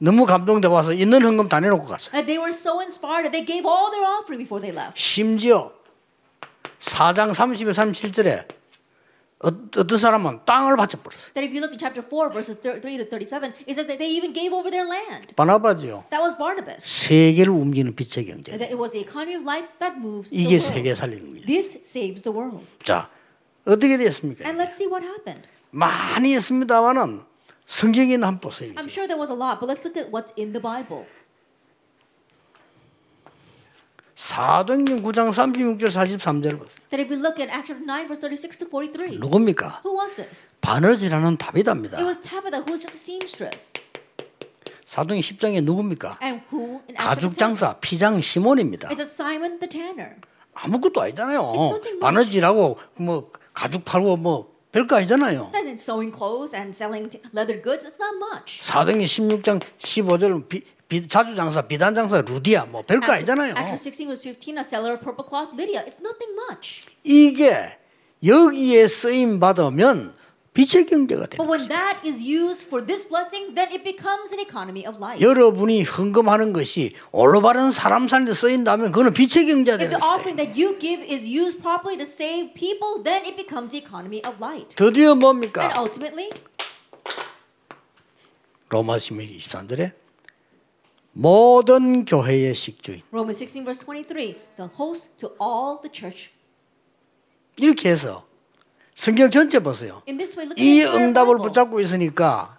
Speaker 1: 너무 감동돼 와서 있는 헌금 다 내놓고 갔어요.
Speaker 2: That they were so inspired that they gave all their offering before they left.
Speaker 1: 심지어 4장 30에 37절에 어, 어떤 사람은 땅을 바쳐버렸어요.
Speaker 2: That if you look in chapter 4 verses thir- 3 to 37, it says that they even gave over their land.
Speaker 1: 바나바지요.
Speaker 2: That was Barnabas.
Speaker 1: 세계를 움직이는 빛의 경제.
Speaker 2: That it was the economy of light that moves the
Speaker 1: 이게
Speaker 2: world.
Speaker 1: 세계 살리는 거예요.
Speaker 2: This saves the world.
Speaker 1: 자, 어떻게 됐습니까?
Speaker 2: And let's see what happened.
Speaker 1: 많이 했습니다만은 성경에는 한 보세요.
Speaker 2: I'm sure there was a lot, but let's look at what's in the Bible.
Speaker 1: 사도행전 9장 36절 43절을 보세요.
Speaker 2: That if we look at Acts chapter 9 verse 36 to 43,
Speaker 1: 누굽니까?
Speaker 2: who was this?
Speaker 1: 바느질하는
Speaker 2: It
Speaker 1: 다비다입니다.
Speaker 2: was Tabitha who was just a seamstress.
Speaker 1: 사도행 10장에 누굽니까?
Speaker 2: And who in Acts chapter
Speaker 1: 가죽
Speaker 2: 10?
Speaker 1: 장사 피장 시몬입니다.
Speaker 2: It's a Simon the Tanner.
Speaker 1: 아무것도 아니잖아요.
Speaker 2: nothing much.
Speaker 1: 바느질하고 뭐 가죽 팔고 뭐 별거 아니잖아요.
Speaker 2: And then sewing clothes and selling t- leather goods, it's not much.
Speaker 1: 사도행 16장 15절은 비, 비, 자주 장사 비단 장사 루디아 뭐 별거
Speaker 2: Acts-
Speaker 1: 아니잖아요.
Speaker 2: Acts 16 was 15, a seller of purple cloth, Lydia. It's nothing much.
Speaker 1: 이게 여기에 쓰임 받으면 빛의 경제가 돼요.
Speaker 2: But when that is used for this blessing, then it becomes an economy of life.
Speaker 1: 여러분이 헌금하는 것이 올바른 사람 사는데 쓰인다면 그거는 빛의 경제가
Speaker 2: If
Speaker 1: 되는
Speaker 2: the
Speaker 1: 것이다.
Speaker 2: offering that you give is used properly to save people, then it becomes the economy of light.
Speaker 1: 드디어
Speaker 2: And
Speaker 1: 뭡니까?
Speaker 2: ultimately,
Speaker 1: 로마시면 23절에 모든 교회의 식주인
Speaker 2: Romans 16, verse 23, the host to all the church.
Speaker 1: 이렇게 해서 성경 전체 보세요.
Speaker 2: In this way, look at the
Speaker 1: 이
Speaker 2: entire
Speaker 1: 응답을
Speaker 2: Bible.
Speaker 1: 붙잡고 있으니까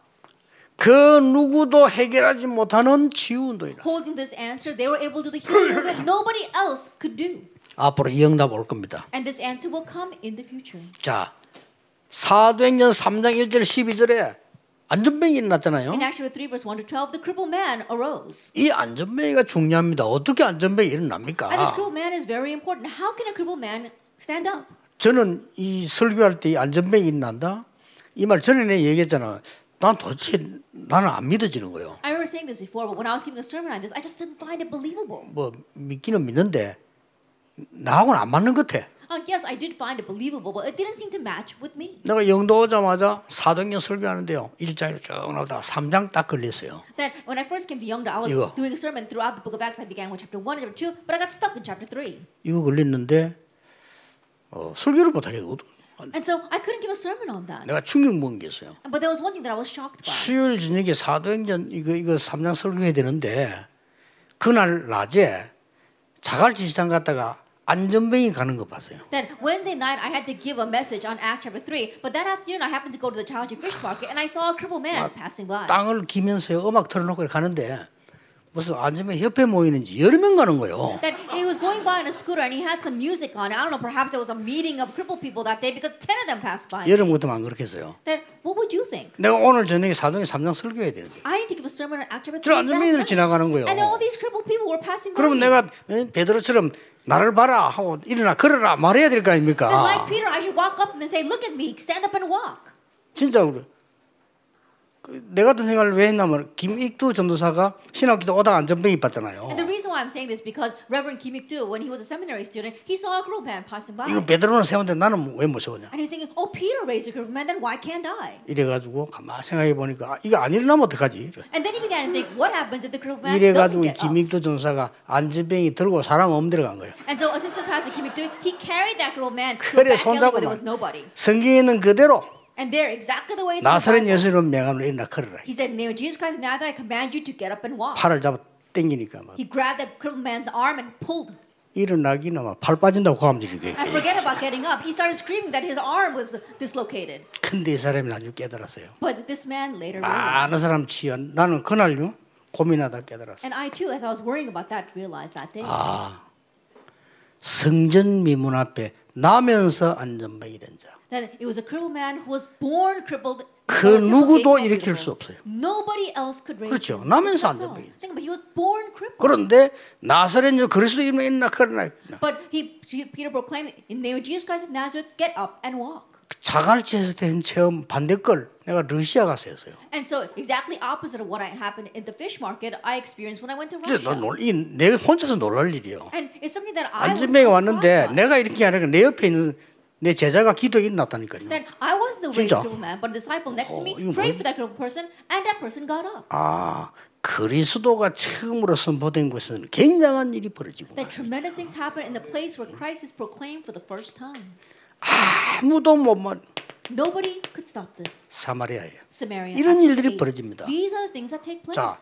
Speaker 1: 그 누구도 해결하지 못하는 치유운도 일어
Speaker 2: Holding this answer, they were able to do the healing that nobody else could do.
Speaker 1: 앞으로 이 응답 올 겁니다.
Speaker 2: And this answer will come in the future.
Speaker 1: 자 사도행전 3장 1절 12절에 안전병이 일어났잖아요.
Speaker 2: In Acts chapter 3, verse 1 to 12, the crippled man arose.
Speaker 1: 이 안전병이가 중요합니다. 어떻게 안전병이
Speaker 2: And this
Speaker 1: 일어납니까?
Speaker 2: crippled man is very important. How can a crippled man stand up?
Speaker 1: 저는 이 설교할 때 이 안전병이 일어난다. 이 말 전에 내가 얘기했잖아. 난 도대체 나는 안 믿어지는 거예요.
Speaker 2: I remember saying this before, but when I was giving a sermon on this, I just didn't find it believable.
Speaker 1: 뭐 믿기는 믿는데 나하고는 안 맞는 것 같아.
Speaker 2: Uh, yes, I did find it believable, but it didn't seem to match with me.
Speaker 1: 내가 영도 오자마자 사도행전 설교하는데요. 1장으로 쭉 나오다가 3장 딱 걸렸어요.
Speaker 2: Then, when I first came to Yeongda, I was
Speaker 1: 이거.
Speaker 2: doing a sermon throughout the book of Acts. I began with chapter 1 and chapter 2, but I got stuck in chapter 3.
Speaker 1: 이거 걸렸는데 어, 설교를 못하겠거든.
Speaker 2: And so I couldn't give a sermon on that.
Speaker 1: 내가 충격 먹은 게 있어요.
Speaker 2: But there was one thing that I was shocked by.
Speaker 1: 수요일 저녁에 사도행전 이거 이거 3장 설교해야 되는데 그날 낮에 자갈치시장 갔다가 안전병이 가는 거 봤어요.
Speaker 2: Then Wednesday night, I had to give a message on Acts chapter 3, but that afternoon, I happened to go to the Chalaji fish market and I saw a crippled man passing by.
Speaker 1: 땅을 기면서 음악 틀어놓고 가는데 무슨 안전병 협회 모이는지 여러 명 가는 거예요.
Speaker 2: Then he was going by on a scooter and he had some music on. I don't know, perhaps there was a meeting of crippled people that day because 10 of them passed by.
Speaker 1: 여름 같으면 안 그렇겠어요.
Speaker 2: Then what would you think?
Speaker 1: 내가 오늘 저녁에 사도행 3장 설교해야 되는데
Speaker 2: I need to give a sermon on Acts chapter 3.
Speaker 1: 저 안전병이
Speaker 2: that night.
Speaker 1: 지나가는 거예요.
Speaker 2: And all these crippled people were passing by.
Speaker 1: 그러면
Speaker 2: me.
Speaker 1: 내가 베드로처럼 나를 봐라 하고 일어나 걸어라 네, 말해야 될 거
Speaker 2: Then like
Speaker 1: 아닙니까?
Speaker 2: Peter, I should walk up and say, look at me, stand up and walk.
Speaker 1: 진짜 그래. 그, 내 같은 생각을 왜 했냐면 김익두 전도사가 신학기도 오다 안전병이
Speaker 2: And the
Speaker 1: 봤잖아요.
Speaker 2: reason why I'm saying this because Reverend Kim Ik Doo, when he was a seminary student, he saw a crippled man passing by.
Speaker 1: 이거 베드로는 세운데 나는 왜 못 세우냐?
Speaker 2: And he's thinking, oh, Peter raised a crippled man, then why can't I?
Speaker 1: 이래가지고 가만 생각해 보니까 아, 이거 안 일어나면 어떡하지? 이래.
Speaker 2: And then he began to think, what happens if the crippled man doesn't
Speaker 1: 이래가지고 이
Speaker 2: get up?
Speaker 1: 김익두 전사가 안전병이 들고 사람 없는 데로 간 거예요.
Speaker 2: And so assistant pastor Kim Ik Doo, he carried that crippled man to a
Speaker 1: 그래
Speaker 2: back alley where there
Speaker 1: 손잡고만
Speaker 2: was nobody.
Speaker 1: 성경에 있는 그대로
Speaker 2: And there, exactly the way it's in the
Speaker 1: 나사렛
Speaker 2: Bible,
Speaker 1: 예수님 명함을 일어나 걸어라.
Speaker 2: he said, in the name of Jesus Christ, now that I command you to get up and walk.
Speaker 1: 팔을 잡아 당기니까 막
Speaker 2: He grabbed that crippled man's arm and pulled.
Speaker 1: 일어나기나 막팔 빠진다고 고함질이게.
Speaker 2: And forget about getting up. He started screaming that his arm was dislocated.
Speaker 1: 근데 이 사람이 나중에 깨달았어요.
Speaker 2: But this man later realized.
Speaker 1: 많은 사람 치연. 나는 그날요 고민하다 깨달았어요.
Speaker 2: And I too, as I was worrying about that, realized that day.
Speaker 1: Ah. 성전 미문 앞에 나면서 안전병이 된 자.
Speaker 2: That it was a crippled man who was born crippled.
Speaker 1: 그
Speaker 2: with a dislocation
Speaker 1: 누구도
Speaker 2: of his
Speaker 1: 일으킬
Speaker 2: leg.
Speaker 1: 수 없어요.
Speaker 2: Nobody else could raise
Speaker 1: 그렇죠.
Speaker 2: him.
Speaker 1: 나면서 안
Speaker 2: That's all.
Speaker 1: 됩니다.
Speaker 2: Think about it. He was born crippled.
Speaker 1: 그런데 나사렛 요 그리스도 이름에 일어나 걸어라.
Speaker 2: But he, he- Peter proclaimed, in the name of Jesus Christ of Nazareth, get up and walk.
Speaker 1: 그 자갈치에서 된 체험 반대 걸 내가 러시아 가서 했어요.
Speaker 2: And so, exactly opposite of what I happened in the fish market, I experienced when I went to
Speaker 1: 진짜 나
Speaker 2: Russia.
Speaker 1: 놀, 이, 내가 혼자서 놀랄 일이요.
Speaker 2: And it's something that I was
Speaker 1: 안전병이 왔는데
Speaker 2: surprised by.
Speaker 1: 내가 이렇게 하니까 내 옆에 있는 내 제자가 기도에 일어났다니까요.
Speaker 2: Then I wasn't the raised
Speaker 1: 진짜.
Speaker 2: crippled man, but a disciple next to
Speaker 1: 어,
Speaker 2: me
Speaker 1: 이거
Speaker 2: prayed
Speaker 1: 뭐야?
Speaker 2: for that crippled person, and that person got up.
Speaker 1: 아 그리스도가 처음으로 선포된 곳은 굉장한 일이 벌어지고
Speaker 2: that tremendous things happen in the place where Christ is proclaimed for the first time.
Speaker 1: 아무도 못만
Speaker 2: Nobody could stop this.
Speaker 1: 사마리아예요.
Speaker 2: Samaria.
Speaker 1: 이런
Speaker 2: chapter
Speaker 1: 일들이
Speaker 2: eight.
Speaker 1: 벌어집니다.
Speaker 2: These are the things that take place.
Speaker 1: 자,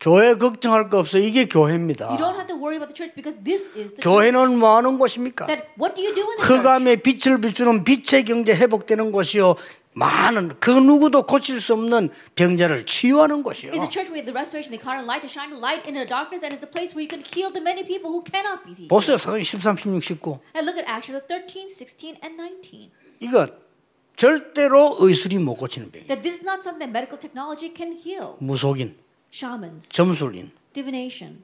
Speaker 1: 교회 걱정할 거 없어. 이게
Speaker 2: you don't
Speaker 1: 교회입니다.
Speaker 2: have to worry about the church because this is the church.
Speaker 1: 교회는 뭐 하는 곳입니까?
Speaker 2: That what do you do in the church?
Speaker 1: 흑암의 빛을 비추는 빛의 경제 회복되는 곳이요. 많은 그 누구도 고칠 수 없는 병자를 치유하는 곳이요.
Speaker 2: It's a church where the restoration, the current light, to shine a light in the darkness, and it's a place where you can heal the many people who cannot be healed.
Speaker 1: 보세요. 사도행 13, 16, 19.
Speaker 2: And look at Acts chapter 13, 16, and 19.
Speaker 1: 이거 절대로 의술이 못 고치는 병이에요.
Speaker 2: That this is not something that medical technology can heal.
Speaker 1: 무속인,
Speaker 2: Shamans,
Speaker 1: 점술인,
Speaker 2: divination,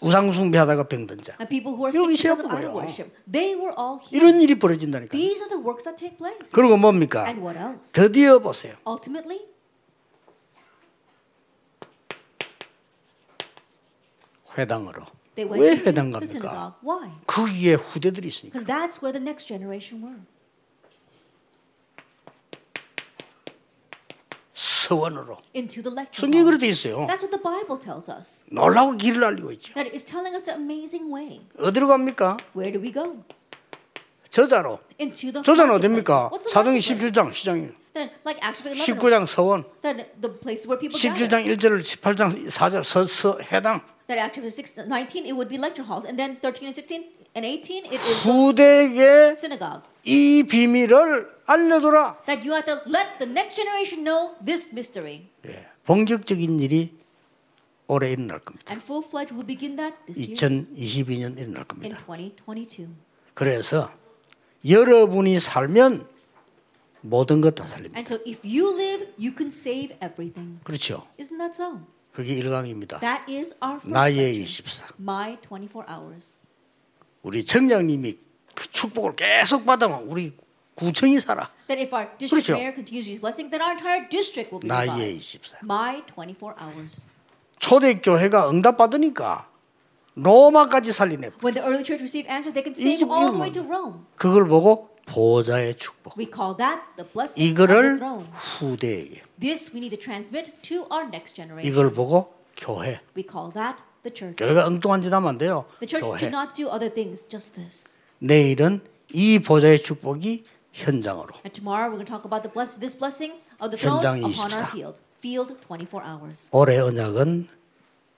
Speaker 1: 우상숭배하다가 병든 자.
Speaker 2: and people who are sick
Speaker 1: 이런
Speaker 2: because
Speaker 1: 시험
Speaker 2: of idol
Speaker 1: 뭐예요?
Speaker 2: worship. They were all healed.
Speaker 1: 이런 일이 벌어진다니까. 요
Speaker 2: These are the works that take place.
Speaker 1: 그리고 뭡니까?
Speaker 2: And what else?
Speaker 1: 드디어 보세요.
Speaker 2: Ultimately,
Speaker 1: 회당으로.
Speaker 2: they went
Speaker 1: 네, 왜
Speaker 2: to
Speaker 1: 회당
Speaker 2: the
Speaker 1: 갑니까?
Speaker 2: synagogue. Why?
Speaker 1: 거기에 후대들이 있으니까.
Speaker 2: Because that's where the next generation were.
Speaker 1: 서원으로.
Speaker 2: Into the lecture.
Speaker 1: 성경에
Speaker 2: hall.
Speaker 1: 그렇게 돼 있어요.
Speaker 2: That's what the Bible tells us.
Speaker 1: 놀라고 길을 알리고 있죠.
Speaker 2: That is telling us the amazing way.
Speaker 1: 어디로 갑니까?
Speaker 2: Where do we go?
Speaker 1: 저자로.
Speaker 2: Into the
Speaker 1: 저자는
Speaker 2: marketplaces.
Speaker 1: 어딥니까?
Speaker 2: What's the
Speaker 1: 사도행
Speaker 2: marketplace?
Speaker 1: 17장 시장이에요.
Speaker 2: Then, like Acts chapter 11,
Speaker 1: 19장 서원,
Speaker 2: then the place where people gather.
Speaker 1: 17장 1절을 18장 4절 서, 서 해당.
Speaker 2: Then Acts chapter 6, 19, it would be lecture halls. And then 13 and 16 and 18, it is the
Speaker 1: 후대에게
Speaker 2: synagogue.
Speaker 1: 이 비밀을 알려줘라.
Speaker 2: That you have to let the next generation know this mystery.
Speaker 1: 예, 본격적인 일이 올해 일어날 겁니다.
Speaker 2: And full-fledged will begin that this year.
Speaker 1: 2022년 일어날
Speaker 2: in
Speaker 1: 겁니다.
Speaker 2: 2022.
Speaker 1: 그래서 여러분이 살면 모든 것 다 살립니다.
Speaker 2: And so if you live, you can save everything.
Speaker 1: 그렇죠.
Speaker 2: Isn't that so?
Speaker 1: 그게 일강입니다.
Speaker 2: That is our first
Speaker 1: 나의 24.
Speaker 2: section, my 24 hours.
Speaker 1: 우리 청장님이 그 축복을 계속 받으면 우리 구청이 살아.
Speaker 2: That if our district
Speaker 1: 그렇죠.
Speaker 2: mayor continues to use blessing, then our entire district will be
Speaker 1: 나의
Speaker 2: revived.
Speaker 1: 24.
Speaker 2: My 24 hours.
Speaker 1: 초대교회가 응답받으니까 로마까지 살리네.
Speaker 2: When the early church received answers, they can
Speaker 1: 이집
Speaker 2: sing all
Speaker 1: 이름은-
Speaker 2: the way to Rome.
Speaker 1: 그걸 보고 보좌의 축복.
Speaker 2: We call that the blessing of the
Speaker 1: 이거를
Speaker 2: throne.
Speaker 1: 후대에게.
Speaker 2: This we need to transmit to our next generation.
Speaker 1: 이걸 보고 교회.
Speaker 2: We call that the church.
Speaker 1: 교회가 엉뚱한 짓 하면 안 돼요.
Speaker 2: The church
Speaker 1: 교회.
Speaker 2: should not do other things, just this.
Speaker 1: 내일은 이 보좌의 축복이 현장으로.
Speaker 2: And tomorrow we're going to talk about the bless this blessing of the throne
Speaker 1: 현장
Speaker 2: upon our
Speaker 1: 24.
Speaker 2: field. Field 24 hours.
Speaker 1: 올해 언약은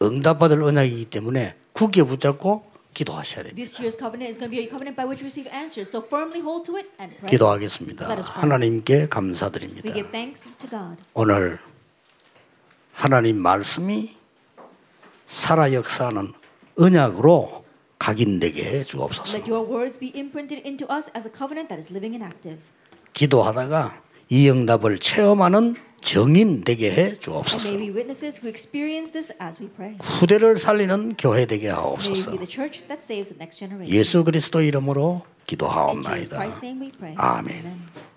Speaker 1: 응답받을 언약이기 때문에 굳게 붙잡고 기도하셔야 됩니다.
Speaker 2: This year's covenant is going to be a covenant by which we receive answers. So firmly hold to it and pray.
Speaker 1: 네. 기도하겠습니다.
Speaker 2: Let us pray.
Speaker 1: 하나님께
Speaker 2: We
Speaker 1: 감사드립니다.
Speaker 2: give thanks to God.
Speaker 1: 오늘 하나님 말씀이 살아 역사하는 언약으로 각인되게 해 주옵소서.
Speaker 2: Let your words be imprinted into us as a covenant that is living and active.
Speaker 1: 기도하다가 이 응답을 체험하는 정인 되게 해
Speaker 2: And may
Speaker 1: 주옵소서.
Speaker 2: we witnesses who experience this as we pray.
Speaker 1: 후대를 살리는 교회 되게
Speaker 2: May we
Speaker 1: 하옵소서.
Speaker 2: be the church that saves the next generation.
Speaker 1: 예수 그리스도 이름으로
Speaker 2: In 네. Jesus
Speaker 1: 기도하옵나이다.
Speaker 2: Christ's name we pray.
Speaker 1: 아멘.
Speaker 2: Amen.